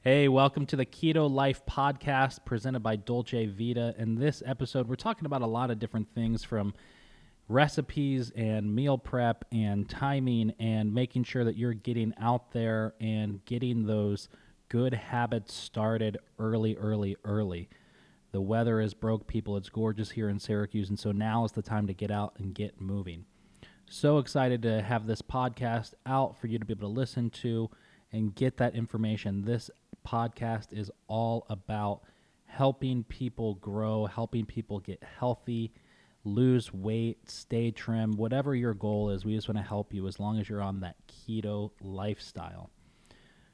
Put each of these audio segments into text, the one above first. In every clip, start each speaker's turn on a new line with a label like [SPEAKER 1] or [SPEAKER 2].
[SPEAKER 1] Hey, welcome to the Keto Life Podcast presented by Dolce Vita. In this episode, we're talking about a lot of different things from recipes and meal prep and timing and making sure that you're getting out there and getting those good habits started early, early, early. The weather is broke, people. It's gorgeous here in Syracuse. And so now is the time to get out and get moving. So excited to have this podcast out for you to be able to listen to and get that information. This podcast is all about helping people grow, helping people get healthy, lose weight, stay trim, whatever your goal is. We just want to help you as long as you're on that keto lifestyle.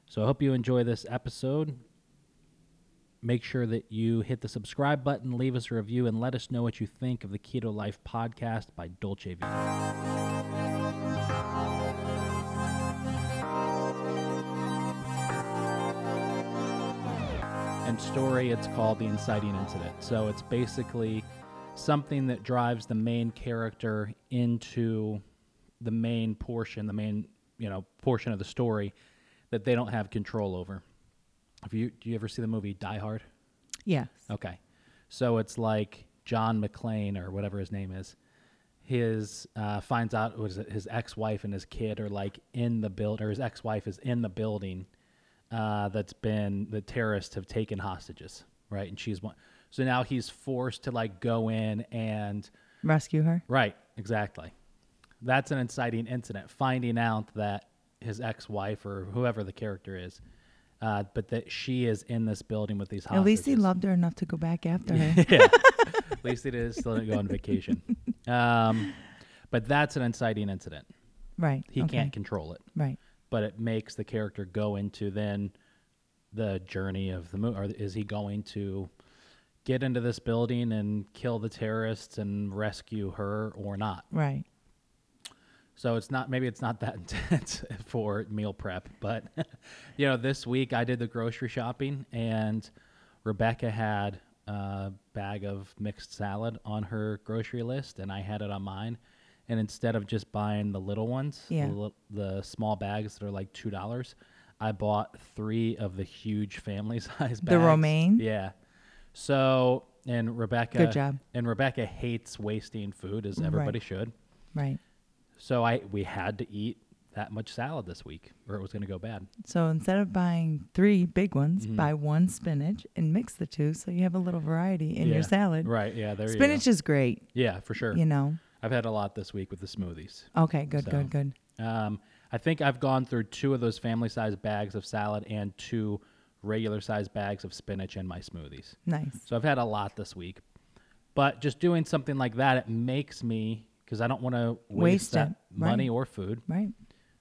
[SPEAKER 1] So I hope you enjoy this episode. Make sure that you hit the subscribe button, leave us a review, and let us know what you think of the Keto Life podcast by Dolce Vita. and story it's called the inciting incident so it's basically something that drives the main character into the main portion the main you know portion of the story that they don't have control over have you do you ever see the movie die hard
[SPEAKER 2] Yes.
[SPEAKER 1] Okay. So it's like John McClane or whatever his name is. His uh, finds out was it his ex wife and his kid are like in the build or his ex wife is in the building uh, that's been the terrorists have taken hostages, right? And she's one. So now he's forced to like go in and
[SPEAKER 2] Rescue her.
[SPEAKER 1] Right, exactly. That's an inciting incident. Finding out that his ex-wife or whoever the character is, uh, but that she is in this building with these hostages.
[SPEAKER 2] At least he loved her enough to go back after her.
[SPEAKER 1] yeah. At least it is still didn't go on vacation. Um, but that's an inciting incident.
[SPEAKER 2] right.
[SPEAKER 1] He
[SPEAKER 2] okay,
[SPEAKER 1] can't control it,
[SPEAKER 2] Right.
[SPEAKER 1] but it makes the character go into then the journey of the movie. Or is he going to get into this building and kill the terrorists and rescue her or not?
[SPEAKER 2] Right.
[SPEAKER 1] So it's not maybe it's not that intense for meal prep, but you know, this week I did the grocery shopping and Rebecca had a bag of mixed salad on her grocery list and I had it on mine. And instead of just buying the little ones,
[SPEAKER 2] Yeah.
[SPEAKER 1] the, lit- the small bags that are like two dollars, I bought three of the huge family size bags.
[SPEAKER 2] romaine?
[SPEAKER 1] yeah. So and Rebecca,
[SPEAKER 2] job. Mm-hmm.
[SPEAKER 1] And Rebecca hates wasting food, as everybody should.
[SPEAKER 2] Right.
[SPEAKER 1] So I we had to eat that much salad this week, or it was going to go bad.
[SPEAKER 2] So instead of buying three big ones,
[SPEAKER 1] Mm-hmm.
[SPEAKER 2] buy one spinach and mix the two so you have a little variety in your
[SPEAKER 1] Yeah.
[SPEAKER 2] salad.
[SPEAKER 1] Right? Yeah. There
[SPEAKER 2] Spinach is great,
[SPEAKER 1] you go. Yeah, for sure.
[SPEAKER 2] you know.
[SPEAKER 1] I've had a lot this week with the smoothies.
[SPEAKER 2] Okay, good,
[SPEAKER 1] So-
[SPEAKER 2] good, good.
[SPEAKER 1] Um, I think I've gone through two of those family size bags of salad and two regular size bags of spinach in my smoothies.
[SPEAKER 2] Nice.
[SPEAKER 1] So I've had a lot this week. But just doing something like that, it makes me because I don't want to waste,
[SPEAKER 2] Waste
[SPEAKER 1] that
[SPEAKER 2] it, right.
[SPEAKER 1] money or food.
[SPEAKER 2] Right.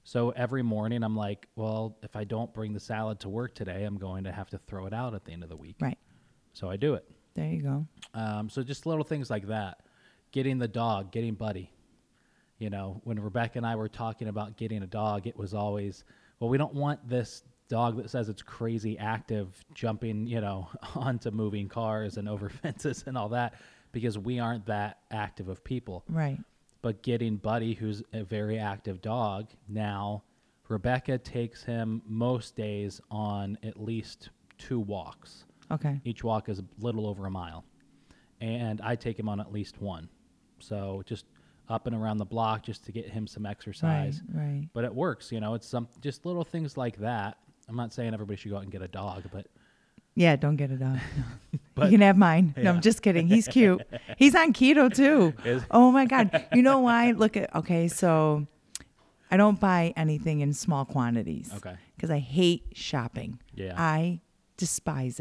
[SPEAKER 1] So every morning I'm like, well, if I don't bring the salad to work today, I'm going to have to throw it out at the end of the week.
[SPEAKER 2] Right.
[SPEAKER 1] So I do it.
[SPEAKER 2] There you go.
[SPEAKER 1] Um, so just little things like that. Getting the dog, getting Buddy. You know, when Rebecca and I were talking about getting a dog, it was always, well, we don't want this dog that says it's crazy active jumping, you know, onto moving cars and over fences and all that because we aren't that active of people.
[SPEAKER 2] Right.
[SPEAKER 1] But getting Buddy, who's a very active dog, now Rebecca takes him most days on at least two walks.
[SPEAKER 2] Okay.
[SPEAKER 1] Each walk is a little over a mile. And I take him on at least one. So just up and around the block just to get him some
[SPEAKER 2] Right.
[SPEAKER 1] exercise.
[SPEAKER 2] Right.
[SPEAKER 1] But it works, you know, it's some just little things like that. I'm not saying everybody should go out and get a dog, but
[SPEAKER 2] Yeah, don't get it on.
[SPEAKER 1] But-
[SPEAKER 2] you can have mine. No,
[SPEAKER 1] Yeah.
[SPEAKER 2] I'm just kidding. He's cute. He's on keto too.
[SPEAKER 1] Is-
[SPEAKER 2] Oh my god. You know why? Look at okay, so I don't buy anything in small quantities.
[SPEAKER 1] Okay.
[SPEAKER 2] Because I hate shopping.
[SPEAKER 1] Yeah.
[SPEAKER 2] I despise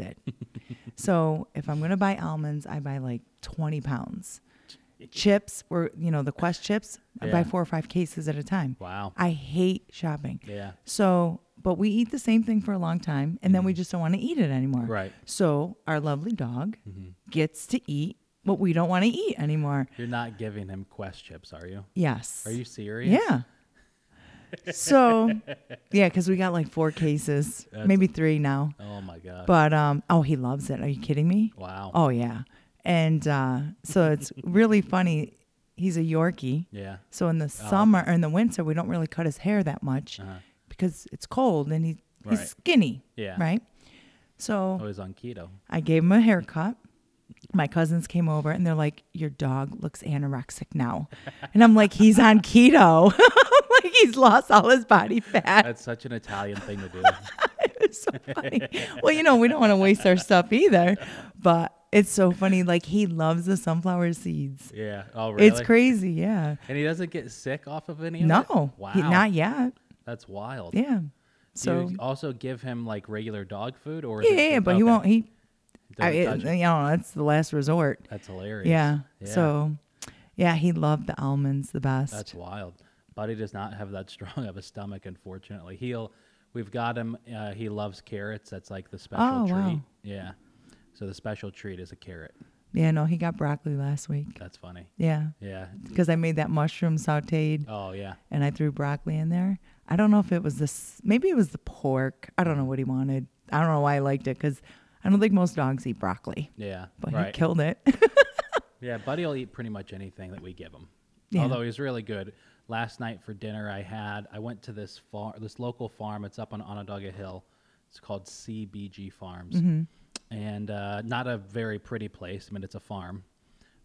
[SPEAKER 2] it. so if I'm gonna buy almonds, I buy like twenty pounds. Chips were you know, the quest chips, I
[SPEAKER 1] Yeah.
[SPEAKER 2] buy four or five cases at a time.
[SPEAKER 1] wow.
[SPEAKER 2] I hate shopping.
[SPEAKER 1] Yeah.
[SPEAKER 2] So, but we eat the same thing for a long time and then we just don't want to eat it anymore.
[SPEAKER 1] Mm-hmm. Right. Mm-hmm.
[SPEAKER 2] So, our lovely dog gets to eat what we don't want to eat anymore.
[SPEAKER 1] You're not giving him quest chips, are you?
[SPEAKER 2] Yes.
[SPEAKER 1] Are you serious?
[SPEAKER 2] Yeah. so, yeah, because we got like four cases, maybe three now.
[SPEAKER 1] Oh my god.
[SPEAKER 2] But, um, oh, he loves it. Are you kidding me?
[SPEAKER 1] wow.
[SPEAKER 2] Oh, yeah. And uh, so it's really funny. He's a Yorkie.
[SPEAKER 1] Yeah.
[SPEAKER 2] So in the
[SPEAKER 1] Oh,
[SPEAKER 2] summer or in the winter, we don't really cut his hair that much because it's cold and he, he's
[SPEAKER 1] Uh-huh. Right.
[SPEAKER 2] skinny.
[SPEAKER 1] Yeah.
[SPEAKER 2] Right. So
[SPEAKER 1] Oh, he's on keto.
[SPEAKER 2] I gave him a haircut. My cousins came over and they're like, Your dog looks anorexic now. And I'm like, He's on keto. I'm like, he's lost all his body fat.
[SPEAKER 1] That's such an Italian thing to do.
[SPEAKER 2] It's so funny. Well, you know, we don't want to waste our stuff either. But it's so funny. Like, he loves the sunflower seeds.
[SPEAKER 1] yeah. Oh, really?
[SPEAKER 2] It's crazy. Yeah.
[SPEAKER 1] And he doesn't get sick off of any of it?
[SPEAKER 2] No,
[SPEAKER 1] Wow.
[SPEAKER 2] he- not yet.
[SPEAKER 1] That's wild.
[SPEAKER 2] Yeah.
[SPEAKER 1] Do
[SPEAKER 2] So,
[SPEAKER 1] you also give him like regular dog food or? is
[SPEAKER 2] yeah,
[SPEAKER 1] it
[SPEAKER 2] yeah,
[SPEAKER 1] just-
[SPEAKER 2] but he
[SPEAKER 1] okay.
[SPEAKER 2] won't. He, I,
[SPEAKER 1] Doesn't touch
[SPEAKER 2] it,
[SPEAKER 1] it.
[SPEAKER 2] you know, that's the last resort.
[SPEAKER 1] That's hilarious.
[SPEAKER 2] Yeah. So, yeah, he loved the almonds the best.
[SPEAKER 1] That's wild. Buddy does not have that strong of a stomach, unfortunately. He'll, we've got him. Uh, he loves carrots. That's like the special
[SPEAKER 2] Oh,
[SPEAKER 1] treat.
[SPEAKER 2] wow.
[SPEAKER 1] Yeah. So the special treat is a carrot.
[SPEAKER 2] Yeah, no, he got broccoli last week.
[SPEAKER 1] That's funny.
[SPEAKER 2] Yeah,
[SPEAKER 1] Yeah.
[SPEAKER 2] because I made that mushroom sauteed
[SPEAKER 1] Oh yeah.
[SPEAKER 2] and I threw broccoli in there. I don't know if it was this, maybe it was the pork. I don't know what he wanted. I don't know why I liked it because I don't think most dogs eat broccoli,
[SPEAKER 1] Yeah.
[SPEAKER 2] but he
[SPEAKER 1] right.
[SPEAKER 2] killed it.
[SPEAKER 1] Yeah, Buddy will eat pretty much anything that we give him.
[SPEAKER 2] Yeah.
[SPEAKER 1] Although he's really good. Last night for dinner, I had I went to this farm, this local farm. It's up on Onondaga Hill. It's called CBG Farms, and uh, not a very pretty place. I mean, it's a farm,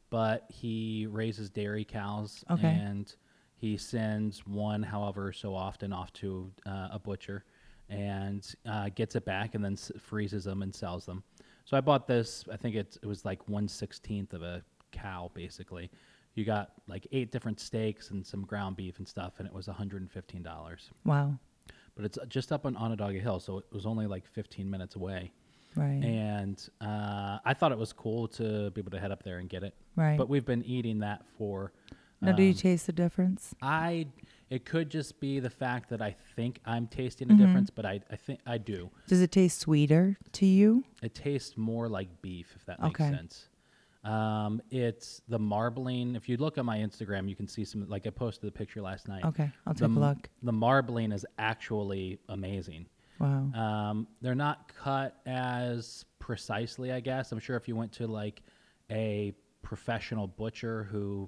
[SPEAKER 1] but he raises dairy cows,
[SPEAKER 2] Okay.
[SPEAKER 1] and he sends one, however, so often off to uh, a butcher, and uh, gets it back, and then s- freezes them and sells them. So I bought this. I think it, it was like one sixteenth of a cow, basically. You got like eight different steaks and some ground beef and stuff, and it was one hundred and fifteen dollars.
[SPEAKER 2] wow.
[SPEAKER 1] But it's just up on Onondaga Hill, so it was only like fifteen minutes away.
[SPEAKER 2] Right.
[SPEAKER 1] And uh, I thought it was cool to be able to head up there and get it.
[SPEAKER 2] Right.
[SPEAKER 1] But we've been eating that for. um,
[SPEAKER 2] now, do you taste the difference?
[SPEAKER 1] I. It could just be the fact that I think I'm tasting a
[SPEAKER 2] Mm-hmm.
[SPEAKER 1] difference, but I, I think I do.
[SPEAKER 2] Does it taste sweeter to you?
[SPEAKER 1] It tastes more like beef, if that makes
[SPEAKER 2] Okay.
[SPEAKER 1] sense. Um, it's the marbling. If you look on my Instagram, you can see some. Like I posted the picture last night.
[SPEAKER 2] Okay, I'll
[SPEAKER 1] The
[SPEAKER 2] take a
[SPEAKER 1] m-
[SPEAKER 2] look.
[SPEAKER 1] The marbling is actually amazing.
[SPEAKER 2] Wow.
[SPEAKER 1] Um, they're not cut as precisely, I guess. I'm sure if you went to like a professional butcher who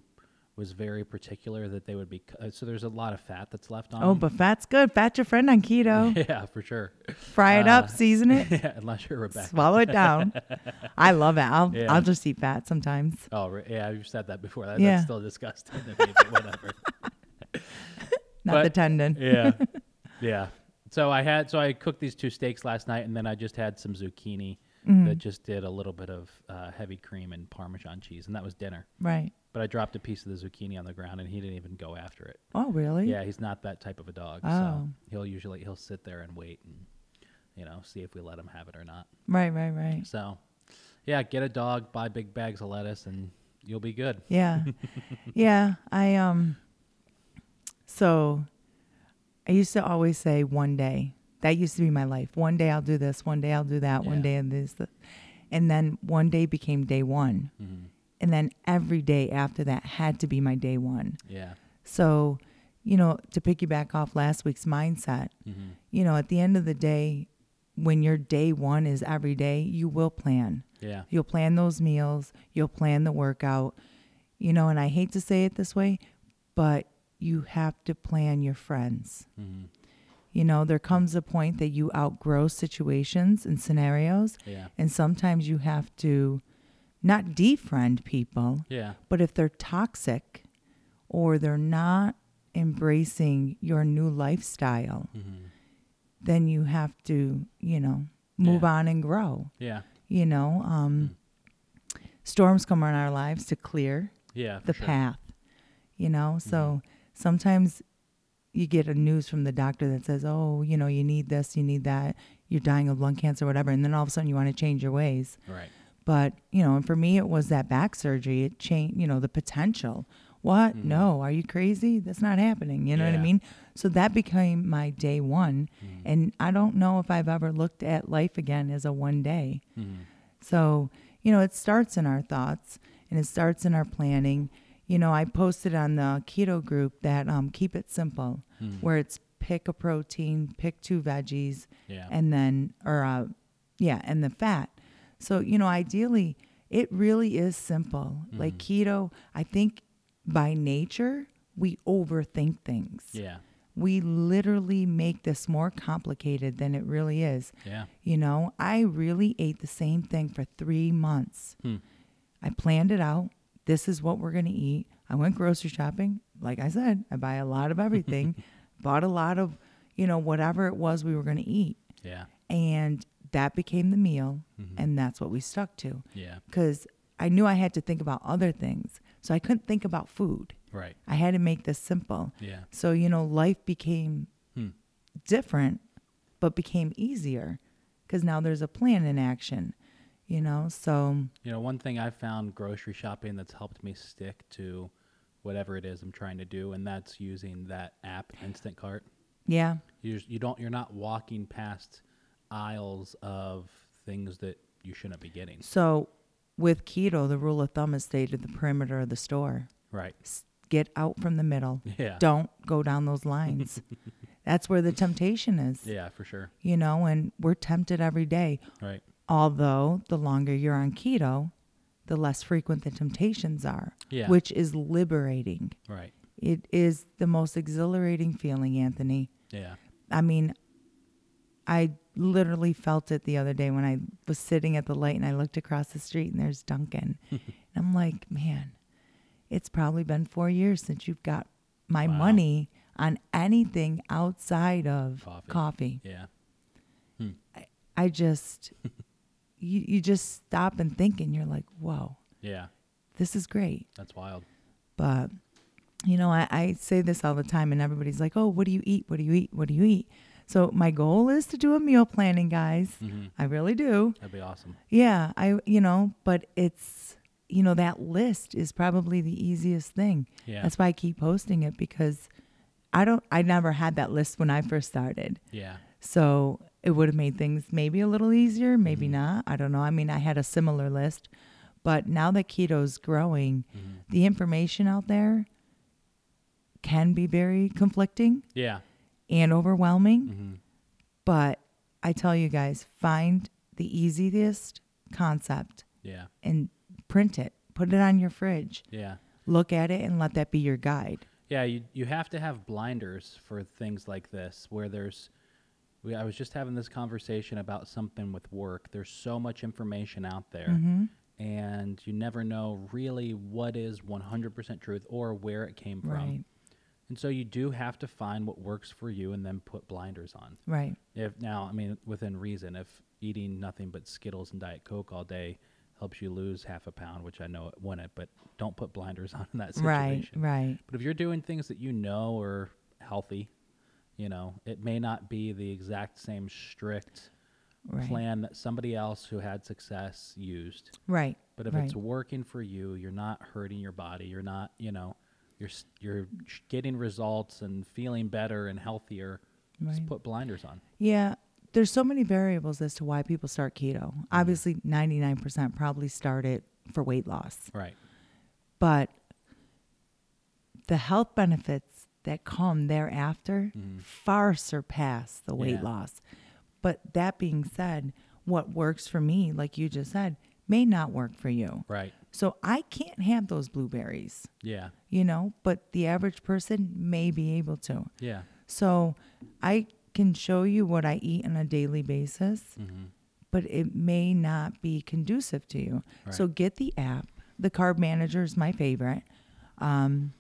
[SPEAKER 1] was very particular that they would be. Cu- so there's a lot of fat that's left on.
[SPEAKER 2] oh,
[SPEAKER 1] them.
[SPEAKER 2] but fat's good. Fat's your friend on keto.
[SPEAKER 1] yeah, for sure.
[SPEAKER 2] Fry it
[SPEAKER 1] Uh,
[SPEAKER 2] up, season it,
[SPEAKER 1] yeah, unless you're Rebecca.
[SPEAKER 2] swallow it down. I love it. I'll,
[SPEAKER 1] Yeah.
[SPEAKER 2] I'll just eat fat sometimes.
[SPEAKER 1] Oh, re- yeah, you've said that before. That,
[SPEAKER 2] Yeah.
[SPEAKER 1] That's still disgusting to me, but whatever.
[SPEAKER 2] Not the
[SPEAKER 1] But-
[SPEAKER 2] tendon.
[SPEAKER 1] yeah. Yeah. So I had, so I cooked these two steaks last night, and then I just had some zucchini
[SPEAKER 2] Mm-hmm.
[SPEAKER 1] that just did a little bit of uh, heavy cream and Parmesan cheese, and that was dinner.
[SPEAKER 2] Right.
[SPEAKER 1] But I dropped a piece of the zucchini on the ground, and he didn't even go after it.
[SPEAKER 2] Oh, really?
[SPEAKER 1] Yeah, he's not that type of a dog. So
[SPEAKER 2] Oh.
[SPEAKER 1] he'll usually he'll sit there and wait and you know see if we let him have it or not.
[SPEAKER 2] Right, right, right.
[SPEAKER 1] So yeah, get a dog, buy big bags of lettuce, and you'll be good.
[SPEAKER 2] Yeah. yeah. I um so I used to always say one day. That used to be my life. One day I'll do this, one day I'll do that,
[SPEAKER 1] Yeah.
[SPEAKER 2] one day I'll do this. th- And then one day became day one.
[SPEAKER 1] Mm-hmm.
[SPEAKER 2] And then every day after that had to be my day one.
[SPEAKER 1] Yeah.
[SPEAKER 2] So, you know, to piggyback off last week's mindset,
[SPEAKER 1] Mm-hmm.
[SPEAKER 2] you know, at the end of the day, when your day one is every day, you will plan.
[SPEAKER 1] Yeah.
[SPEAKER 2] You'll plan those meals, you'll plan the workout. You know, and I hate to say it this way, but you have to plan your friends.
[SPEAKER 1] Mm-hmm.
[SPEAKER 2] You know, there comes a point that you outgrow situations and scenarios,
[SPEAKER 1] Yeah.
[SPEAKER 2] and sometimes you have to not defriend people,
[SPEAKER 1] Yeah.
[SPEAKER 2] but if they're toxic or they're not embracing your new lifestyle,
[SPEAKER 1] Mm-hmm.
[SPEAKER 2] then you have to, you know, move
[SPEAKER 1] Yeah.
[SPEAKER 2] on and grow
[SPEAKER 1] Yeah.
[SPEAKER 2] you know um, storms come on our lives to clear
[SPEAKER 1] Yeah. Hmm. for
[SPEAKER 2] the
[SPEAKER 1] sure. Hmm.
[SPEAKER 2] path you know so sometimes you get a news from the doctor that says oh you know you need this you need that you're dying of lung cancer whatever and then all of a sudden you want to change your ways
[SPEAKER 1] Right.
[SPEAKER 2] but you know and for me it was that back surgery it changed you know the potential what no are you crazy that's not happening you know what
[SPEAKER 1] Mm-hmm. Yeah. Mm-hmm.
[SPEAKER 2] i mean so that became my day one and i don't know if i've ever looked at life again as a one day
[SPEAKER 1] Mm-hmm.
[SPEAKER 2] so, you know, it starts in our thoughts and it starts in our planning. You know, I posted on the keto group that um, keep it simple,
[SPEAKER 1] Mm-hmm.
[SPEAKER 2] where it's pick a protein, pick two veggies,
[SPEAKER 1] Yeah.
[SPEAKER 2] and then, or uh, yeah, and the fat. So, you know, ideally, it really is simple. Like keto, I think by nature, we overthink things
[SPEAKER 1] yeah.
[SPEAKER 2] we literally make this more complicated than it really is.
[SPEAKER 1] Yeah.
[SPEAKER 2] You know, I really ate the same thing for three months. I planned it out. This is what we're going to eat. I went grocery shopping. Like I said, I buy a lot of everything, bought a lot of, you know, whatever it was we were going to eat.
[SPEAKER 1] Yeah.
[SPEAKER 2] And that became the meal.
[SPEAKER 1] Mm-hmm.
[SPEAKER 2] And that's what we stuck to.
[SPEAKER 1] Yeah.
[SPEAKER 2] Because I knew I had to think about other things. So I couldn't think about food.
[SPEAKER 1] Right.
[SPEAKER 2] I had to make this simple.
[SPEAKER 1] Yeah.
[SPEAKER 2] So, you know, life became
[SPEAKER 1] Hmm.
[SPEAKER 2] different, but became easier because now there's a plan in action, you know? So,
[SPEAKER 1] You know, one thing I found grocery shopping that's helped me stick to whatever it is I'm trying to do, and that's using that app, Instant Cart.
[SPEAKER 2] yeah,
[SPEAKER 1] You just, you don't you're not walking past aisles of things that you shouldn't be getting.
[SPEAKER 2] So, with keto, the rule of thumb is stay to the perimeter of the store.
[SPEAKER 1] Right.
[SPEAKER 2] S- Get out from the middle.
[SPEAKER 1] Yeah.
[SPEAKER 2] Don't go down those lines. That's where the temptation is,
[SPEAKER 1] Yeah, for sure.
[SPEAKER 2] you know, and we're tempted every day.
[SPEAKER 1] Right.
[SPEAKER 2] Although, the longer you're on keto, the less frequent the temptations are,
[SPEAKER 1] Yeah.
[SPEAKER 2] which is liberating.
[SPEAKER 1] Right.
[SPEAKER 2] It is the most exhilarating feeling, Anthony.
[SPEAKER 1] Yeah.
[SPEAKER 2] I mean, I literally felt it the other day when I was sitting at the light and I looked across the street and there's Duncan. and I'm like, man, it's probably been four years since you've got my
[SPEAKER 1] Wow.
[SPEAKER 2] money on anything outside of
[SPEAKER 1] Coffee.
[SPEAKER 2] coffee.
[SPEAKER 1] Yeah.
[SPEAKER 2] I just, you, you just stop and think and you're like, whoa,
[SPEAKER 1] Yeah.
[SPEAKER 2] this is great.
[SPEAKER 1] That's wild.
[SPEAKER 2] But you know, I, I say this all the time, and everybody's like, "Oh, what do you eat? What do you eat? What do you eat?" So my goal is to do a meal planning, guys. I really do.
[SPEAKER 1] That'd be awesome.
[SPEAKER 2] Yeah, I you know, but it's you know that list is probably the easiest thing.
[SPEAKER 1] Yeah.
[SPEAKER 2] That's why I keep posting it because I don't. I never had that list when I first started,
[SPEAKER 1] Yeah.
[SPEAKER 2] so it would have made things maybe a little easier, maybe
[SPEAKER 1] Mm-hmm.
[SPEAKER 2] not. I don't know. I mean, I had a similar list, but now that keto's growing,
[SPEAKER 1] Mm-hmm.
[SPEAKER 2] the information out there can be very conflicting
[SPEAKER 1] Yeah.
[SPEAKER 2] and overwhelming.
[SPEAKER 1] Mm-hmm.
[SPEAKER 2] But I tell you guys, find the easiest concept
[SPEAKER 1] Yeah.
[SPEAKER 2] and print it, put it on your fridge,
[SPEAKER 1] Yeah.
[SPEAKER 2] look at it, and let that be your guide.
[SPEAKER 1] Yeah, you, you have to have blinders for things like this where there's we, I was just having this conversation about something with work. There's so much information out there
[SPEAKER 2] Mm-hmm.
[SPEAKER 1] and you never know really what is 100% truth or where it came from.
[SPEAKER 2] Right.
[SPEAKER 1] And so you do have to find what works for you and then put blinders on.
[SPEAKER 2] Right.
[SPEAKER 1] If now, I mean within reason, if eating nothing but Skittles and Diet Coke all day helps you lose half a pound, which I know it wouldn't, but don't put blinders on in that situation.
[SPEAKER 2] Right. Right.
[SPEAKER 1] But if you're doing things that you know are healthy, you know, it may not be the exact same strict
[SPEAKER 2] Right.
[SPEAKER 1] plan that somebody else who had success used.
[SPEAKER 2] Right.
[SPEAKER 1] But if
[SPEAKER 2] right.
[SPEAKER 1] it's working for you, you're not hurting your body. You're not, you know, you're s- you're sh- getting results and feeling better and healthier. Just
[SPEAKER 2] Right.
[SPEAKER 1] put blinders on.
[SPEAKER 2] Yeah, there's so many variables as to why people start keto. Obviously, 99% probably start it for weight loss,
[SPEAKER 1] Right.
[SPEAKER 2] but the health benefits that come thereafter far surpass the weight
[SPEAKER 1] Yeah.
[SPEAKER 2] loss. But that being said, what works for me, like you just said, may not work for you.
[SPEAKER 1] Right.
[SPEAKER 2] So I can't have those blueberries,
[SPEAKER 1] Yeah.
[SPEAKER 2] you know, but the average person may be able to.
[SPEAKER 1] Yeah.
[SPEAKER 2] So I can show you what I eat on a daily basis,
[SPEAKER 1] Mm-hmm.
[SPEAKER 2] but it may not be conducive to you. So get the app. The Carb Manager is my favorite. Um,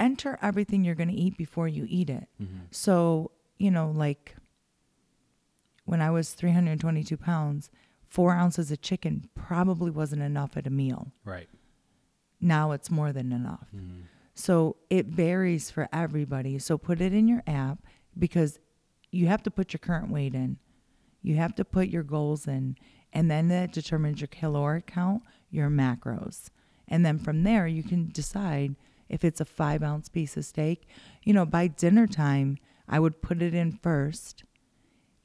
[SPEAKER 2] enter everything you're going to eat before you eat it. So, you know, like when I was 322 pounds, four ounces of chicken probably wasn't enough at a meal
[SPEAKER 1] Right.
[SPEAKER 2] now it's more than enough. So it varies for everybody. So put it in your app because you have to put your current weight in, you have to put your goals in, and then that determines your caloric count, your macros. And then from there, you can decide if it's a five ounce piece of steak. You know, by dinner time, I would put it in first.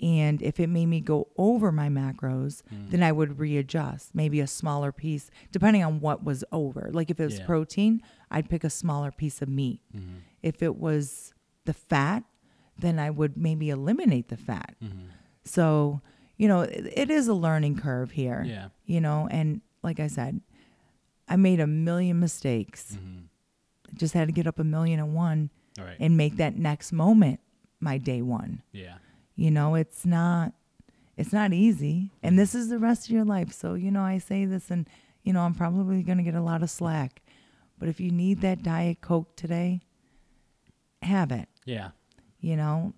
[SPEAKER 2] And if it made me go over my macros,
[SPEAKER 1] Mm.
[SPEAKER 2] then I would readjust, maybe a smaller piece, depending on what was over. Like if it was
[SPEAKER 1] Yeah.
[SPEAKER 2] protein, I'd pick a smaller piece of meat.
[SPEAKER 1] Mm-hmm.
[SPEAKER 2] If it was the fat, then I would maybe eliminate the fat.
[SPEAKER 1] Mm-hmm.
[SPEAKER 2] So, you know, it, it is a learning curve here.
[SPEAKER 1] Yeah.
[SPEAKER 2] You know, and like I said,
[SPEAKER 1] Mm.
[SPEAKER 2] I made a million mistakes. Just had to get up a million and one
[SPEAKER 1] All Mm-hmm. right.
[SPEAKER 2] and make that next moment my day one.
[SPEAKER 1] yeah.
[SPEAKER 2] You know, it's not it's not easy. And this is the rest of your life. So, you know, I say this and you know, I'm probably going to get a lot of slack. But if you need that diet coke today, have it,
[SPEAKER 1] Yeah.
[SPEAKER 2] you know.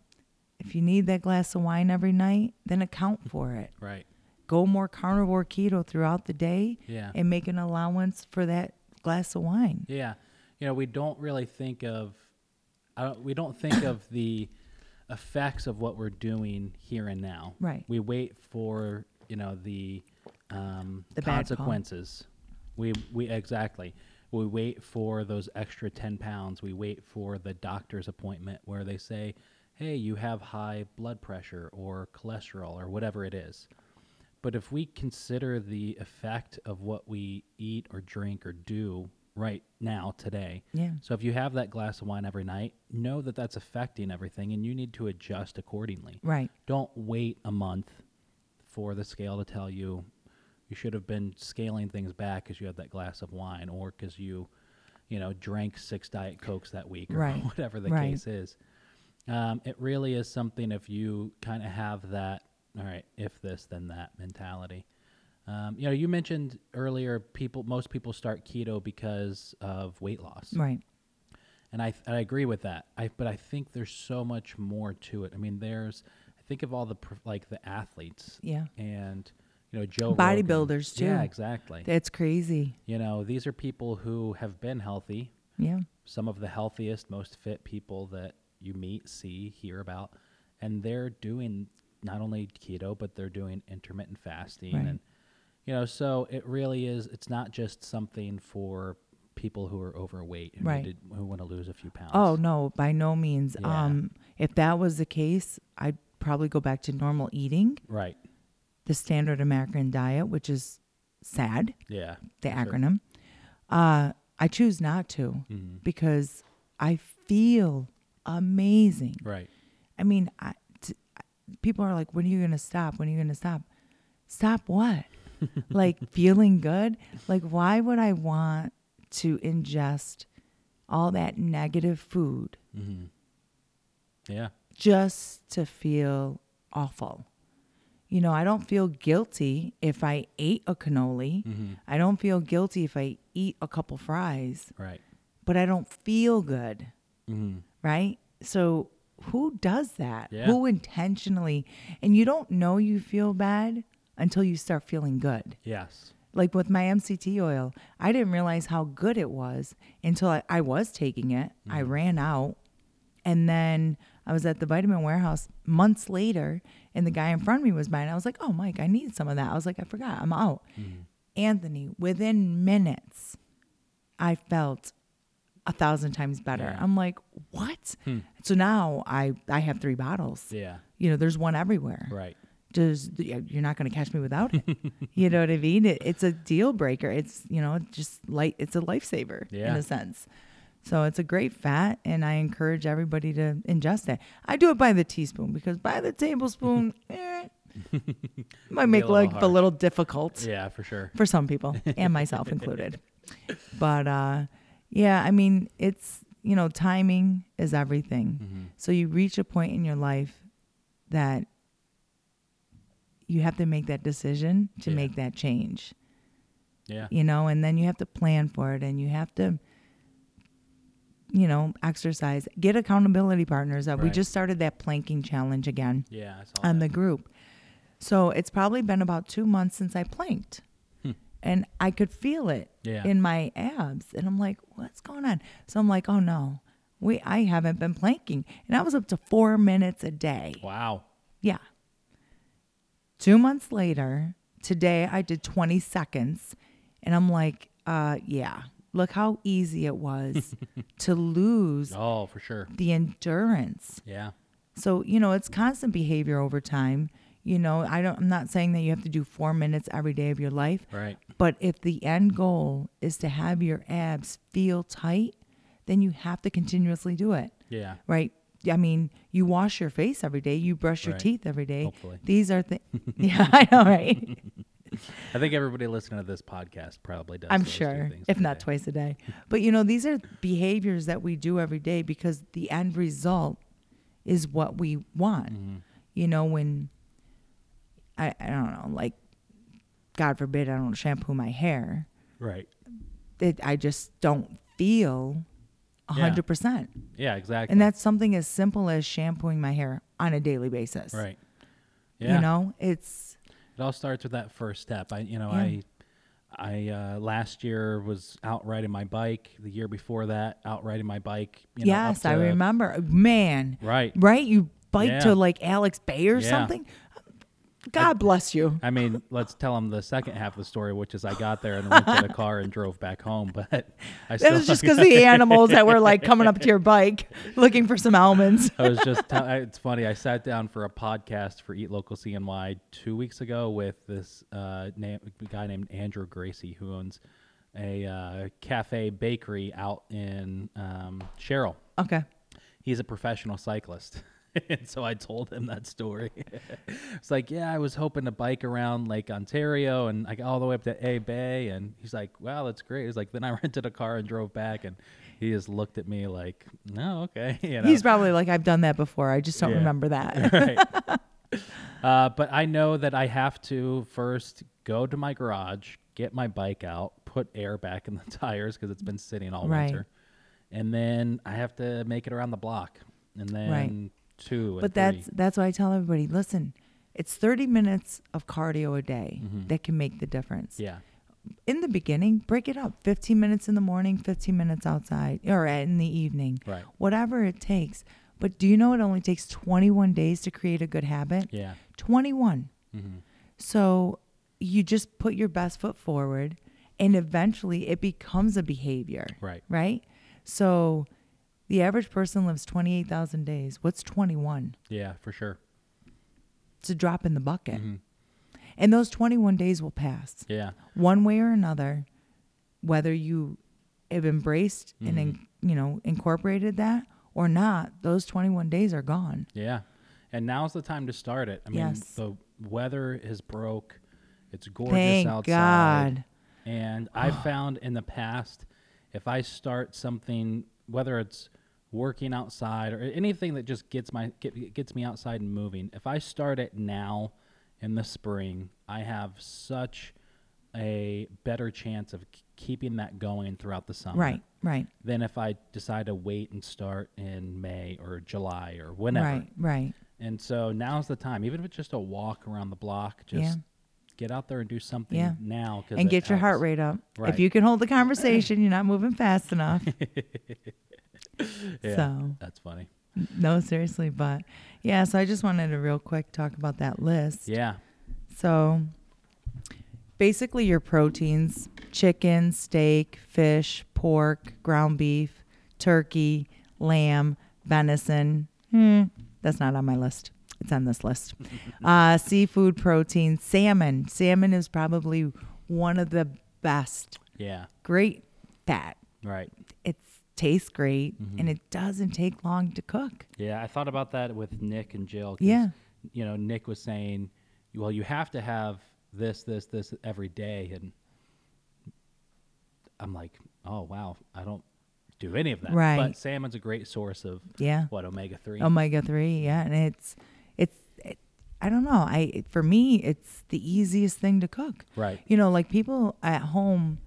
[SPEAKER 2] If you need that glass of wine every night, then account for it.
[SPEAKER 1] Right.
[SPEAKER 2] Go more carnivore keto throughout the day
[SPEAKER 1] Yeah.
[SPEAKER 2] and make an allowance for that glass of wine.
[SPEAKER 1] Yeah. You know, we don't really think of I don't, we don't think of the effects of what we're doing here and now.
[SPEAKER 2] Right.
[SPEAKER 1] We wait for, you know, the um
[SPEAKER 2] The bad call.
[SPEAKER 1] consequences. We we exactly. We wait for those extra 10 pounds. We wait for the doctor's appointment where they say, "Hey, you have high blood pressure or cholesterol or whatever it is." But if we consider the effect of what we eat or drink or do right now, today,
[SPEAKER 2] Yeah.
[SPEAKER 1] so if you have that glass of wine every night, know that that's affecting everything and you need to adjust accordingly.
[SPEAKER 2] Right.
[SPEAKER 1] Don't wait a month for the scale to tell you you should have been scaling things back because you had that glass of wine or because you, you know, drank six Diet Cokes that week or
[SPEAKER 2] Right.
[SPEAKER 1] whatever the
[SPEAKER 2] Right.
[SPEAKER 1] case is. Um, it really is something if you kind of have that, all right, if this, then that mentality. Um, you know, you mentioned earlier people, most people start keto because of weight loss
[SPEAKER 2] Right.
[SPEAKER 1] and I, I agree with that. I but I think there's so much more to it. I mean, there's I think of all the pr- like the athletes
[SPEAKER 2] Yeah.
[SPEAKER 1] and you know Joe Rogan.
[SPEAKER 2] Bodybuilders, too.
[SPEAKER 1] Yeah, exactly.
[SPEAKER 2] That's crazy.
[SPEAKER 1] you know, these are people who have been healthy,
[SPEAKER 2] Yeah.
[SPEAKER 1] some of the healthiest, most fit people that you meet, see, hear about, and they're doing not only keto but they're doing intermittent fasting
[SPEAKER 2] Right.
[SPEAKER 1] and you know, so it really is. It's not just something for people who are overweight and who
[SPEAKER 2] Right.
[SPEAKER 1] did- who want to lose a few pounds.
[SPEAKER 2] Oh no, by no means.
[SPEAKER 1] Yeah.
[SPEAKER 2] Um, if that was the case, I'd probably go back to normal eating,
[SPEAKER 1] right.
[SPEAKER 2] the standard American diet, which is sad,
[SPEAKER 1] Yeah.
[SPEAKER 2] the
[SPEAKER 1] Sure.
[SPEAKER 2] acronym. Uh, I choose not to
[SPEAKER 1] Mm-hmm.
[SPEAKER 2] because I feel amazing.
[SPEAKER 1] Right.
[SPEAKER 2] I mean, I t I people are like, when are you going to stop? When are you going to stop? Stop what? like feeling good? Like, why would I want to ingest all that negative food
[SPEAKER 1] Yeah.
[SPEAKER 2] just to feel awful? You know, I don't feel guilty if I ate a cannoli. I don't feel guilty if I eat a couple fries,
[SPEAKER 1] Right.
[SPEAKER 2] but I don't feel good. right? So who does that?
[SPEAKER 1] Yeah.
[SPEAKER 2] Who intentionally? And you don't know you feel bad until you start feeling good.
[SPEAKER 1] Yes.
[SPEAKER 2] Like with my MCT oil, I didn't realize how good it was until I, I was taking it. I
[SPEAKER 1] Mm-hmm.
[SPEAKER 2] ran out. And then I was at the vitamin warehouse months later, and the guy in front of me was buying. I was like, oh, Mike, I need some of that. I was like, I forgot, I'm out.
[SPEAKER 1] Mm-hmm.
[SPEAKER 2] Anthony, within minutes, I felt a thousand times better.
[SPEAKER 1] Yeah. Hmm.
[SPEAKER 2] I'm like, what? So now I I have three bottles.
[SPEAKER 1] Yeah.
[SPEAKER 2] You know, there's one everywhere.
[SPEAKER 1] Right.
[SPEAKER 2] Does you're not going to catch me without it. you know what I mean? It, it's a deal breaker. It's you know just like it's a lifesaver
[SPEAKER 1] Yeah.
[SPEAKER 2] in a sense. So it's a great fat, and I encourage everybody to ingest it. I do it by the teaspoon because by the tablespoon, eh, might make
[SPEAKER 1] little
[SPEAKER 2] life a
[SPEAKER 1] harsh.
[SPEAKER 2] little difficult
[SPEAKER 1] Yeah, for sure.
[SPEAKER 2] for some people and myself included. But uh, yeah, I mean, it's, you know, timing is
[SPEAKER 1] Mm-hmm.
[SPEAKER 2] everything. So you reach a point in your life that you have to make that decision to
[SPEAKER 1] Yeah.
[SPEAKER 2] make that change,
[SPEAKER 1] Yeah.
[SPEAKER 2] you know, and then you have to plan for it and you have to, you know, exercise, get accountability partners up. We
[SPEAKER 1] Right.
[SPEAKER 2] just started that planking challenge again
[SPEAKER 1] Yeah. I saw
[SPEAKER 2] on the
[SPEAKER 1] that.
[SPEAKER 2] group. So it's probably been about two months since I planked.
[SPEAKER 1] Hmm.
[SPEAKER 2] And I could feel it
[SPEAKER 1] Yeah.
[SPEAKER 2] in my abs. And I'm like, what's going on? So I'm like, oh no, we I haven't been planking. And I was up to four minutes a day.
[SPEAKER 1] wow.
[SPEAKER 2] Yeah. Two months later, today I did 20 seconds. And I'm like, uh, yeah, look how easy it was to lose
[SPEAKER 1] Oh, for sure.
[SPEAKER 2] the endurance.
[SPEAKER 1] Yeah.
[SPEAKER 2] So, you know, it's constant behavior over time. You know, I don't I'm not saying that you have to do 4 minutes every day of your life,
[SPEAKER 1] Right.
[SPEAKER 2] but if the end goal is to have your abs feel tight, then you have to continuously do it,
[SPEAKER 1] Yeah.
[SPEAKER 2] right? I mean, you wash your face every day, you brush your
[SPEAKER 1] Right.
[SPEAKER 2] teeth every day.
[SPEAKER 1] Hopefully.
[SPEAKER 2] These are things. yeah, I know, right?
[SPEAKER 1] I think everybody listening to this podcast probably does.
[SPEAKER 2] I'm
[SPEAKER 1] those two
[SPEAKER 2] sure,
[SPEAKER 1] things
[SPEAKER 2] if
[SPEAKER 1] a
[SPEAKER 2] not
[SPEAKER 1] day.
[SPEAKER 2] twice a day. But you know, these are behaviors that we do every day because the end result is what we want.
[SPEAKER 1] Mm-hmm.
[SPEAKER 2] You know, when I, I don't know, like, God forbid, I don't shampoo my hair,
[SPEAKER 1] Right.
[SPEAKER 2] that I just don't feel a
[SPEAKER 1] Yeah.
[SPEAKER 2] 100%.
[SPEAKER 1] Yeah. Exactly.
[SPEAKER 2] And that's something as simple as shampooing my hair on a daily basis.
[SPEAKER 1] right. Yeah.
[SPEAKER 2] You know, it's
[SPEAKER 1] It all starts with that first step. I, you know,
[SPEAKER 2] Yeah.
[SPEAKER 1] I, I uh, last year was out riding my bike. The year before that, out riding my bike. You know, up
[SPEAKER 2] yes, I
[SPEAKER 1] to-
[SPEAKER 2] remember. Man,
[SPEAKER 1] Right.
[SPEAKER 2] right? You bike
[SPEAKER 1] Yeah.
[SPEAKER 2] to like Alex Bay or
[SPEAKER 1] Yeah.
[SPEAKER 2] something. God bless you.
[SPEAKER 1] I mean, let's tell them the second half of the story, which is I got there and rented a car and drove back home. But I
[SPEAKER 2] That
[SPEAKER 1] still,
[SPEAKER 2] was just because the animals that were like coming up to your bike looking for some almonds.
[SPEAKER 1] I was just. Tell, I- it's funny. I sat down for a podcast for Eat Local CNY two weeks ago with this uh, na- guy named Andrew Gracie, who owns a uh, cafe bakery out in um, Sherrill.
[SPEAKER 2] Okay.
[SPEAKER 1] he's a professional cyclist. and so I told him that story. it's like, yeah, I was hoping to bike around Lake Ontario and like all the way up to A Bay. And he's like, wow, that's great. He's like, then I rented a car and drove back. And he just looked at me like, no, okay. You know?
[SPEAKER 2] He's probably like, I've done that before. I just don't
[SPEAKER 1] Yeah.
[SPEAKER 2] remember that.
[SPEAKER 1] right. Uh, but I know that I have to first go to my garage, get my bike out, put air back in the tires because it's been sitting all
[SPEAKER 2] Right.
[SPEAKER 1] winter, and then I have to make it around the block, and then two. and
[SPEAKER 2] but
[SPEAKER 1] three.
[SPEAKER 2] that's that's why I tell everybody, listen, it's 30 minutes of cardio a day that can make the difference.
[SPEAKER 1] Mm-hmm. yeah,
[SPEAKER 2] in the beginning, break it up 15 minutes in the morning, 15 minutes outside, or in the evening,
[SPEAKER 1] Right.
[SPEAKER 2] whatever it takes. But do you know it only takes 21 days to create a good habit?
[SPEAKER 1] yeah,
[SPEAKER 2] 21.
[SPEAKER 1] Mm-hmm.
[SPEAKER 2] So you just put your best foot forward, and eventually it becomes a behavior,
[SPEAKER 1] right,
[SPEAKER 2] right? So the average person lives 28,000 days. What's 21?
[SPEAKER 1] yeah, for sure.
[SPEAKER 2] It's a drop in the bucket.
[SPEAKER 1] Mm-hmm.
[SPEAKER 2] And those 21 days will pass
[SPEAKER 1] Yeah,
[SPEAKER 2] one way or another, whether you have embraced
[SPEAKER 1] Mm-hmm.
[SPEAKER 2] and in, you know incorporated that or not, those 21 days are gone.
[SPEAKER 1] yeah. And now's the time to start it. I mean,
[SPEAKER 2] Yes.
[SPEAKER 1] the weather is broke. It's gorgeous
[SPEAKER 2] Thank
[SPEAKER 1] outside.
[SPEAKER 2] God.
[SPEAKER 1] And I found in the past, if I start something, whether it's working outside or anything that just gets my get, gets me outside and moving, if I start it now in the spring, I have such a better chance of k- keeping that going throughout the summer.
[SPEAKER 2] Right, right,
[SPEAKER 1] Than if I decide to wait and start in May or July or whenever.
[SPEAKER 2] right, right.
[SPEAKER 1] And so now's the time, even if it's just a walk around the block, just
[SPEAKER 2] Yeah.
[SPEAKER 1] get out there and do something
[SPEAKER 2] Yeah.
[SPEAKER 1] now. 'cause
[SPEAKER 2] And
[SPEAKER 1] it
[SPEAKER 2] get your heart
[SPEAKER 1] helps.
[SPEAKER 2] rate up.
[SPEAKER 1] Right.
[SPEAKER 2] If you can hold the conversation, you're not moving fast enough.
[SPEAKER 1] Yeah,
[SPEAKER 2] So.
[SPEAKER 1] that's funny.
[SPEAKER 2] No, seriously, but yeah, so I just wanted to real quick talk about that list.
[SPEAKER 1] Yeah,
[SPEAKER 2] So basically, your proteins chicken, steak, fish, pork, ground beef, turkey, lamb, venison. Hmm, that's not on my list. It's on this list. uh, seafood protein, salmon. Salmon is probably one of the best.
[SPEAKER 1] yeah,
[SPEAKER 2] Great fat.
[SPEAKER 1] right.
[SPEAKER 2] It tastes great
[SPEAKER 1] Mm-hmm.
[SPEAKER 2] and it doesn't take long to cook.
[SPEAKER 1] Yeah, I thought about that with Nick and Jill. 'cause,
[SPEAKER 2] Yeah.
[SPEAKER 1] you know, Nick was saying, well, you have to have this, this, this every day, and I'm like, oh wow, I don't do any of that.
[SPEAKER 2] Right.
[SPEAKER 1] But salmon's a great source of
[SPEAKER 2] Yeah.
[SPEAKER 1] what omega three.
[SPEAKER 2] omega 3 yeah and it's it's it, i don't know i it- for me it's the easiest thing to cook
[SPEAKER 1] Right.
[SPEAKER 2] you know like people at home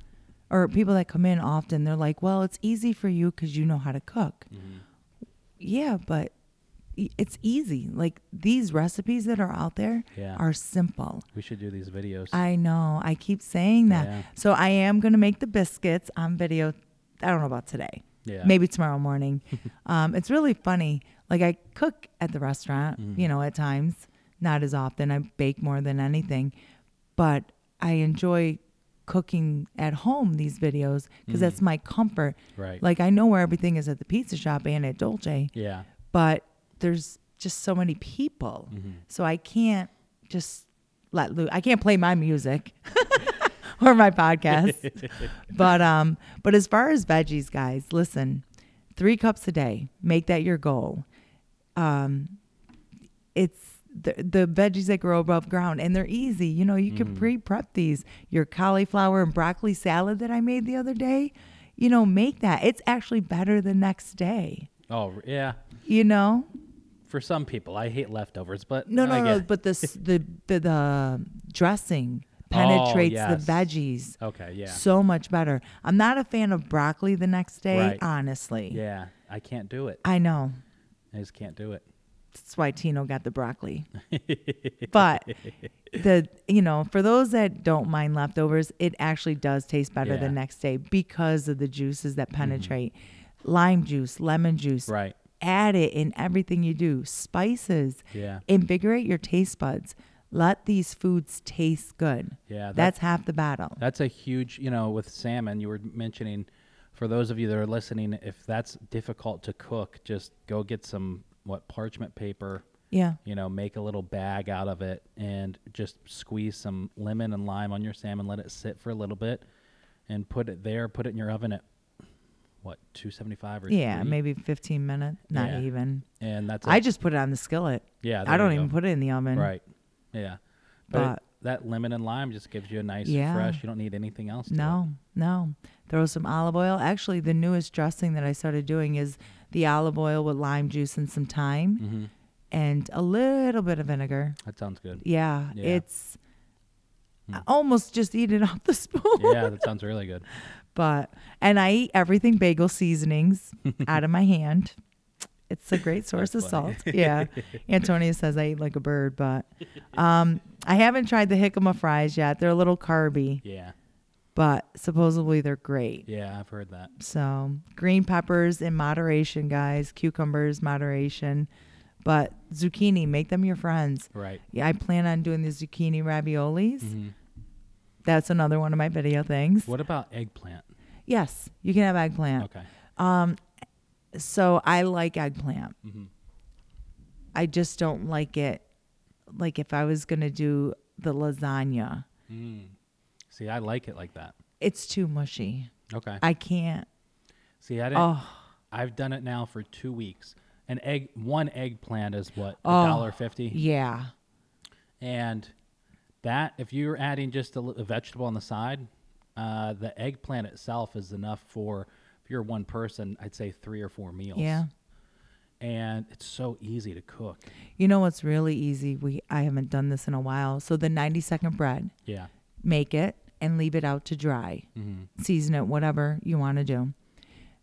[SPEAKER 2] or people that come in often they're like well it's easy for you because you know how to cook
[SPEAKER 1] Mm-hmm.
[SPEAKER 2] yeah but i- it's easy like these recipes that are out there
[SPEAKER 1] Yeah.
[SPEAKER 2] are simple
[SPEAKER 1] we should do these videos.
[SPEAKER 2] I know. I keep saying that.
[SPEAKER 1] Yeah.
[SPEAKER 2] So I am going to make the biscuits on video. I don't know about today.
[SPEAKER 1] Yeah.
[SPEAKER 2] Maybe tomorrow morning. um, it's really funny. Like I cook at the restaurant,
[SPEAKER 1] Mm-hmm.
[SPEAKER 2] you know, at times, not as often. I bake more than anything, but I enjoy cooking at home these videos because that's my comfort.
[SPEAKER 1] Mm. Right.
[SPEAKER 2] Like I know where everything is at the pizza shop and at Dolce
[SPEAKER 1] yeah,
[SPEAKER 2] but there's just so many people. So I can't just let loose. I can't play my music or my podcast. but um but as far as veggies, guys, listen. 3 cups a day. Make that your goal. Um it's the, the veggies that grow above ground and they're easy you know you can pre-prep these your cauliflower and broccoli salad that i made the other day you know make that it's actually better the next day
[SPEAKER 1] Oh yeah,
[SPEAKER 2] you know
[SPEAKER 1] for some people, I hate leftovers, but
[SPEAKER 2] no
[SPEAKER 1] I
[SPEAKER 2] no
[SPEAKER 1] get
[SPEAKER 2] no
[SPEAKER 1] it.
[SPEAKER 2] but the s- the the, the dressing penetrates
[SPEAKER 1] Oh, yes.
[SPEAKER 2] the veggies
[SPEAKER 1] okay, yeah,
[SPEAKER 2] so much better i'm not a fan of broccoli the next day
[SPEAKER 1] Right.
[SPEAKER 2] honestly
[SPEAKER 1] yeah, I can't do it.
[SPEAKER 2] i know
[SPEAKER 1] I just can't do it.
[SPEAKER 2] that's why Tino got the broccoli. but the you know, for those that don't mind leftovers, it actually does taste better
[SPEAKER 1] Yeah. Mm-hmm.
[SPEAKER 2] the next day because of the juices that penetrate. Lime juice, lemon juice.
[SPEAKER 1] Right.
[SPEAKER 2] Add it in everything you do. Spices.
[SPEAKER 1] Yeah.
[SPEAKER 2] Invigorate your taste buds. Let these foods taste good.
[SPEAKER 1] Yeah, that-
[SPEAKER 2] That's half the battle.
[SPEAKER 1] That's a huge, you know, with salmon, you were mentioning, for those of you that are listening, if that's difficult to cook, just go get some, what, parchment paper,
[SPEAKER 2] yeah.
[SPEAKER 1] you know, make a little bag out of it and just squeeze some lemon and lime on your salmon, let it sit for a little bit and put it there, put it in your oven at, what, 275 or
[SPEAKER 2] Yeah,
[SPEAKER 1] 3?
[SPEAKER 2] maybe 15 minutes, not
[SPEAKER 1] Yeah.
[SPEAKER 2] even.
[SPEAKER 1] And that's
[SPEAKER 2] I
[SPEAKER 1] it.
[SPEAKER 2] just put it on the skillet.
[SPEAKER 1] Yeah, there
[SPEAKER 2] I don't
[SPEAKER 1] you
[SPEAKER 2] even
[SPEAKER 1] go.
[SPEAKER 2] put it in the oven.
[SPEAKER 1] Right. Yeah. But, it-
[SPEAKER 2] But-
[SPEAKER 1] that lemon and lime just gives you a nice
[SPEAKER 2] Yeah.
[SPEAKER 1] fresh. You don't need anything else. to it.
[SPEAKER 2] No, no. Throw some olive oil. Actually, the newest dressing that I started doing is the olive oil with lime juice and some thyme
[SPEAKER 1] Mm.
[SPEAKER 2] and a little bit of vinegar.
[SPEAKER 1] Mm-hmm. That sounds good.
[SPEAKER 2] Yeah,
[SPEAKER 1] Yeah. Hmm.
[SPEAKER 2] it's I almost just eat it off the spoon.
[SPEAKER 1] yeah, that sounds really good.
[SPEAKER 2] But and I eat everything bagel seasonings out of my hand. It's a great source of
[SPEAKER 1] That's funny.
[SPEAKER 2] salt. Yeah. Antonia says I eat like a bird, but um, I haven't tried the jicama fries yet. They're a little carby,
[SPEAKER 1] Yeah.
[SPEAKER 2] but supposedly they're great.
[SPEAKER 1] Yeah, I've heard that.
[SPEAKER 2] So green peppers in moderation, guys. Cucumbers moderation, but zucchini make them your friends.
[SPEAKER 1] Right.
[SPEAKER 2] Yeah, I plan on doing the zucchini raviolis. That's another one of my video things.
[SPEAKER 1] Mm-hmm. What about eggplant?
[SPEAKER 2] Yes, you can have eggplant.
[SPEAKER 1] Okay.
[SPEAKER 2] So I like eggplant. I just don't like it. Like if I was gonna do the lasagna,
[SPEAKER 1] See, I like it like that.
[SPEAKER 2] it's too mushy.
[SPEAKER 1] Okay.
[SPEAKER 2] I Oh, can't.
[SPEAKER 1] See, I didn't. I've done it now for two weeks. An egg, one eggplant is what a dollar fifty,
[SPEAKER 2] Yeah.
[SPEAKER 1] and that if you're adding just a, li- a vegetable on the side, uh, the eggplant itself is enough for if you're one person, I'd say three or four meals.
[SPEAKER 2] Yeah.
[SPEAKER 1] And it's so easy to cook.
[SPEAKER 2] You know what's really easy? We I haven't done this in a while. So the 90 second bread,
[SPEAKER 1] Yeah.
[SPEAKER 2] make it and leave it out to dry. Season it whatever you want to do.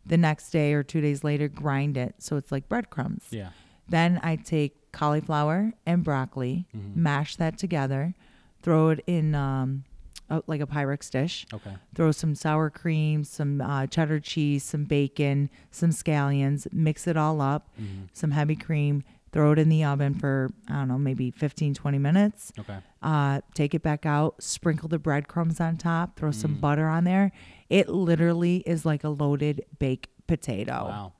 [SPEAKER 2] The next day or 2 days later grind it so it's like breadcrumbs.
[SPEAKER 1] Yeah.
[SPEAKER 2] Then I take cauliflower and broccoli, mash that together, throw it in um a, like a Pyrex dish.
[SPEAKER 1] Okay.
[SPEAKER 2] Throw some sour cream, some uh, cheddar cheese, some bacon, some scallions, mix it all up, some heavy cream, throw it in the oven for, I don't know, maybe 15, 20 minutes.
[SPEAKER 1] Okay.
[SPEAKER 2] Uh, take it back out, sprinkle the breadcrumbs on top, throw some butter on there. It literally is like a loaded baked potato.
[SPEAKER 1] Wow.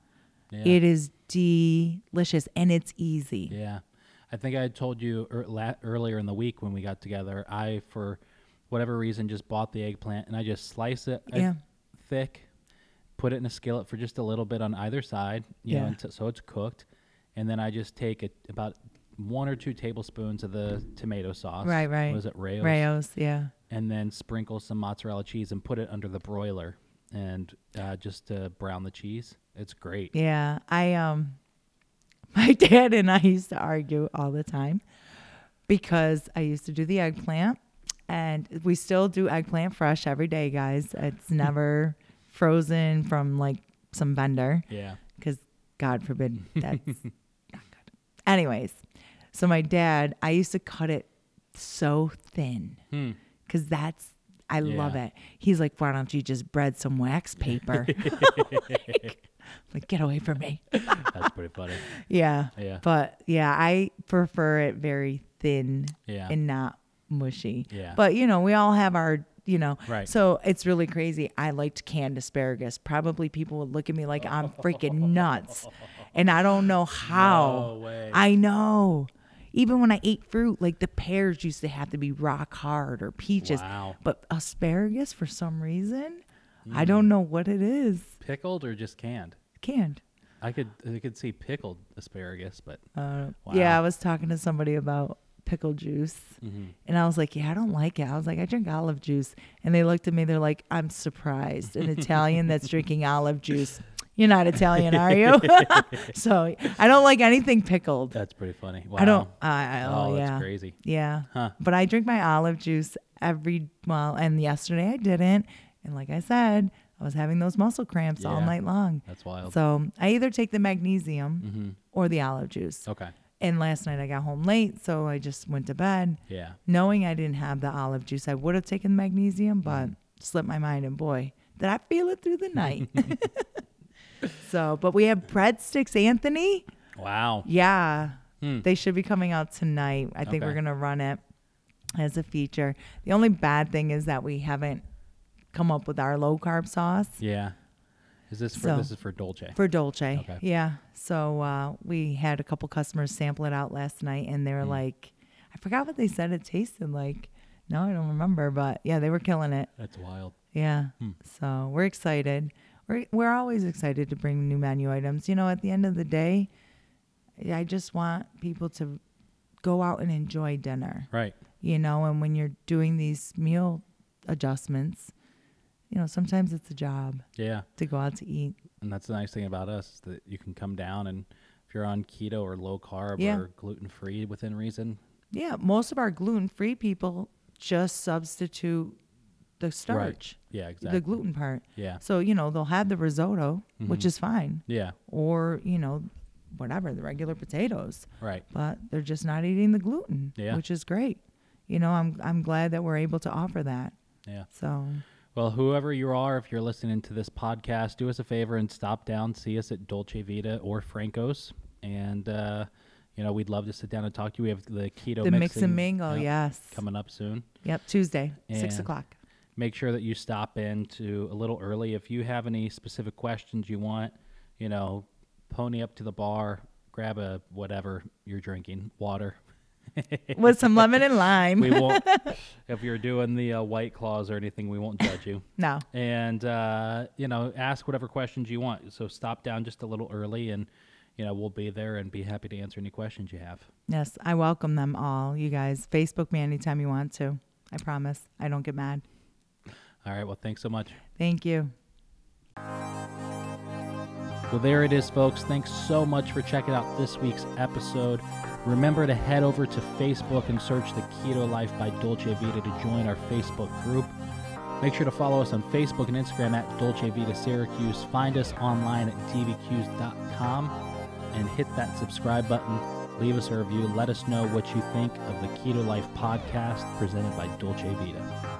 [SPEAKER 1] Yeah.
[SPEAKER 2] It is delicious and it's easy.
[SPEAKER 1] Yeah, I think I had told you ear- la- earlier in the week when we got together. I, for whatever reason, just bought the eggplant and I just slice it uh,
[SPEAKER 2] Yeah.
[SPEAKER 1] thick, put it in a skillet for just a little bit on either side, you know,
[SPEAKER 2] Yeah.
[SPEAKER 1] until, so it's cooked, and then I just take a, about one or two tablespoons of the tomato sauce.
[SPEAKER 2] Right, right.
[SPEAKER 1] Was it Rayo's?
[SPEAKER 2] Rayos, yeah.
[SPEAKER 1] And then sprinkle some mozzarella cheese and put it under the broiler and uh, just to brown the cheese. It's great.
[SPEAKER 2] Yeah, I um my dad and I used to argue all the time because I used to do the eggplant and we still do eggplant fresh every day, guys. It's never frozen from like some vendor
[SPEAKER 1] Yeah.
[SPEAKER 2] cuz god forbid that's not good. Anyways, so my dad, I used to cut it so thin cuz that's I love
[SPEAKER 1] Yeah.
[SPEAKER 2] it. He's like, why don't you just bread some wax paper? like, like, get away from me.
[SPEAKER 1] That's pretty funny.
[SPEAKER 2] Yeah.
[SPEAKER 1] Yeah.
[SPEAKER 2] But yeah, I prefer it very thin
[SPEAKER 1] Yeah.
[SPEAKER 2] and not mushy.
[SPEAKER 1] Yeah.
[SPEAKER 2] But you know, we all have our you know,
[SPEAKER 1] Right.
[SPEAKER 2] so it's really crazy. I liked canned asparagus. Probably people would look at me like I'm freaking nuts, and I don't know how.
[SPEAKER 1] No way.
[SPEAKER 2] I know. Even when I ate fruit, like the pears used to have to be rock hard or peaches,
[SPEAKER 1] Wow. Mm.
[SPEAKER 2] but asparagus for some reason, I don't know what it is.
[SPEAKER 1] Pickled or just canned?
[SPEAKER 2] Canned.
[SPEAKER 1] I could I could see pickled asparagus, but
[SPEAKER 2] Uh,
[SPEAKER 1] Wow. Mm-hmm.
[SPEAKER 2] Yeah, I was talking to somebody about pickle juice, and I was like, "Yeah, I don't like it." I was like, "I drink olive juice," and they looked at me. They're like, "I'm surprised, an Italian that's drinking olive juice. You're not Italian, are you?" so I don't like anything pickled.
[SPEAKER 1] that's pretty funny. Wow.
[SPEAKER 2] I don't. I, I- oh,
[SPEAKER 1] oh,
[SPEAKER 2] yeah,
[SPEAKER 1] that's crazy.
[SPEAKER 2] yeah.
[SPEAKER 1] Huh.
[SPEAKER 2] But I drink my olive juice every well, and yesterday I didn't, and like I said, I was having those muscle cramps all
[SPEAKER 1] Yeah.
[SPEAKER 2] night long.
[SPEAKER 1] That's wild. Mm-hmm.
[SPEAKER 2] So I either take the magnesium or the olive juice.
[SPEAKER 1] okay.
[SPEAKER 2] And last night I got home late, so I just went to bed
[SPEAKER 1] Yeah.
[SPEAKER 2] knowing I didn't have the olive juice. I would have taken magnesium,
[SPEAKER 1] Mm.
[SPEAKER 2] but slipped my mind, and boy, did I feel it through the night. so, but we have breadsticks, Anthony.
[SPEAKER 1] Wow.
[SPEAKER 2] Yeah,
[SPEAKER 1] Hmm.
[SPEAKER 2] they should be coming out tonight. I think
[SPEAKER 1] Okay.
[SPEAKER 2] we're gonna run it as a feature. The only bad thing is that we haven't come up with our low carb sauce.
[SPEAKER 1] Yeah. Is this for
[SPEAKER 2] So-
[SPEAKER 1] this is for Dolce?
[SPEAKER 2] For Dolce.
[SPEAKER 1] Okay.
[SPEAKER 2] Yeah. So uh, we had a couple customers sample it out last night and they were like, I forgot what they said it tasted like. No, I don't remember, but yeah, they were killing it.
[SPEAKER 1] that's wild.
[SPEAKER 2] Yeah. So we're excited. We're, we're always excited to bring new menu items. You know, at the end of the day, I just want people to go out and enjoy dinner
[SPEAKER 1] Right.
[SPEAKER 2] you know and when you're doing these meal adjustments you know sometimes it's a job
[SPEAKER 1] Yeah.
[SPEAKER 2] to go out to eat
[SPEAKER 1] And that's the nice thing about us is that you can come down and if you're on keto or low carb
[SPEAKER 2] Yeah.
[SPEAKER 1] or gluten free within reason.
[SPEAKER 2] yeah most of our gluten-free people just substitute the starch
[SPEAKER 1] Yeah, exactly.
[SPEAKER 2] the gluten part
[SPEAKER 1] Yeah. Mm-hmm.
[SPEAKER 2] so you know they'll have the risotto which is fine
[SPEAKER 1] Yeah.
[SPEAKER 2] or you know whatever the regular potatoes
[SPEAKER 1] Right.
[SPEAKER 2] but they're just not eating the gluten
[SPEAKER 1] Yeah.
[SPEAKER 2] which is great you know i'm i'm glad that we're able to offer that
[SPEAKER 1] Yeah.
[SPEAKER 2] so
[SPEAKER 1] Well, whoever you are, if you're listening to this podcast, do us a favor and stop down, see us at Dolce Vita or Franco's, and uh, you know we'd love to sit down and talk to you. We have the keto
[SPEAKER 2] the mix and mingle
[SPEAKER 1] mingles
[SPEAKER 2] yes
[SPEAKER 1] coming up soon.
[SPEAKER 2] yep tuesday six
[SPEAKER 1] And-
[SPEAKER 2] o'clock
[SPEAKER 1] Make sure that you stop in to a little early if you have any specific questions you want. You know, pony up to the bar, grab a whatever you're drinking, water.
[SPEAKER 2] with some lemon and lime.
[SPEAKER 1] We won't. if you're doing the uh, white claws or anything, we won't judge you.
[SPEAKER 2] no.
[SPEAKER 1] and uh, you know ask whatever questions you want so stop down just a little early and you know we'll be there and be happy to answer any questions you have
[SPEAKER 2] Yes, I welcome them all. You guys, Facebook me anytime you want to. I promise. I don't get mad.
[SPEAKER 1] all right well thanks so much
[SPEAKER 2] Thank you.
[SPEAKER 1] well there it is folks thanks so much for checking out this week's episode remember to head over to facebook and search the keto life by dolce vita to join our facebook group make sure to follow us on facebook and instagram at dolce vita syracuse find us online at dvqs.com and hit that subscribe button. Leave us a review. Let us know what you think of the Keto Life podcast presented by Dolce Vita.